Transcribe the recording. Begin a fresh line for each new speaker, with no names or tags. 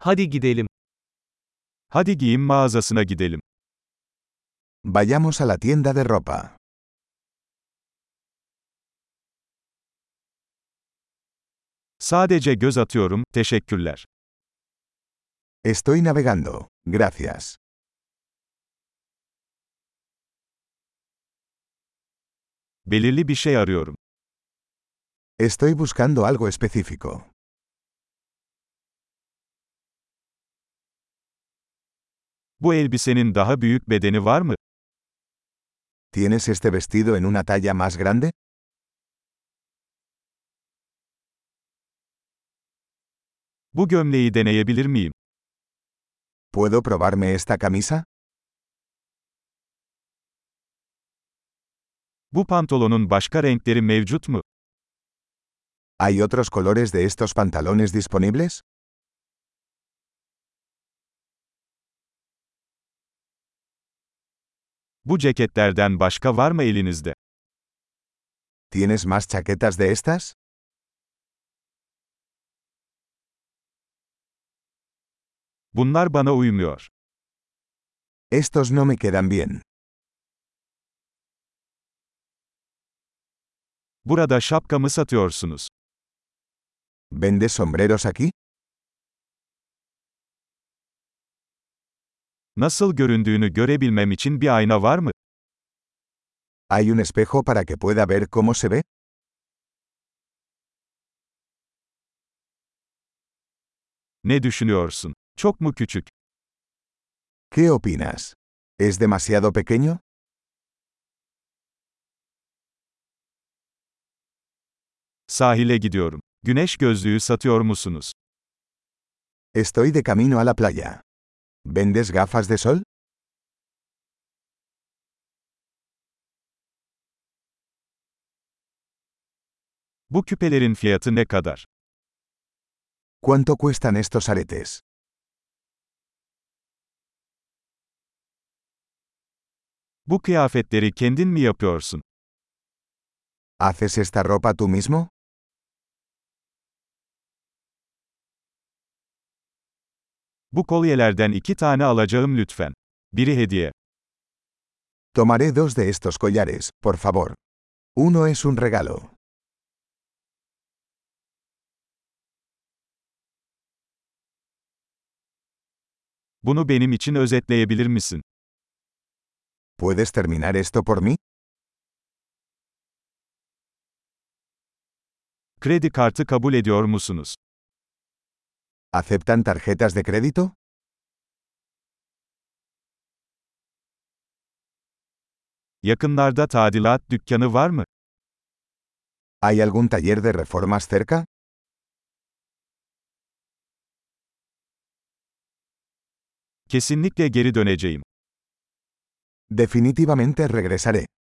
Hadi gidelim.
Hadi giyim mağazasına gidelim.
Vayamos a la tienda de ropa.
Sadece göz atıyorum, teşekkürler.
Estoy navegando. Gracias.
Belirli bir şey arıyorum.
Estoy buscando algo específico.
Bu elbisenin daha büyük bedeni var mı?
¿Tienes este vestido en una talla más grande?
Bu gömleği deneyebilir miyim?
¿Puedo probarme esta camisa?
Bu pantolonun başka renkleri mevcut mu?
¿Hay otros colores de estos pantalones disponibles?
Bu ceketlerden başka var mı elinizde?
¿Tienes más chaquetas de estas?
Bunlar bana uymuyor.
Estos no me quedan bien.
Burada şapka mı satıyorsunuz?
¿Vendes sombreros aquí?
Nasıl göründüğünü görebilmem için bir ayna var mı?
¿Hay un espejo para que pueda ver cómo se ve?
Ne düşünüyorsun? Çok mu küçük?
¿Qué opinas? ¿Es demasiado pequeño?
Sahile gidiyorum. Güneş gözlüğü satıyor musunuz?
Estoy de camino a la playa. ¿Vendes gafas de sol?
Bu küpelerin fiyatı ne kadar?
¿Cuánto cuestan estos aretes?
Bu kıyafetleri kendin mi yapıyorsun?
¿Haces esta ropa tú mismo?
Bu kolyelerden iki tane alacağım lütfen. Biri hediye.
Tomaré dos de estos collares, por favor. Uno es un regalo.
Bunu benim için özetleyebilir misin?
¿Puedes terminar esto por mí?
Kredi kartı kabul ediyor musunuz?
¿Aceptan tarjetas de crédito?
Yakınlarda tadilat dükkanı var mı?
¿Hay algún taller de reformas cerca?
Kesinlikle geri döneceğim.
Definitivamente regresaré.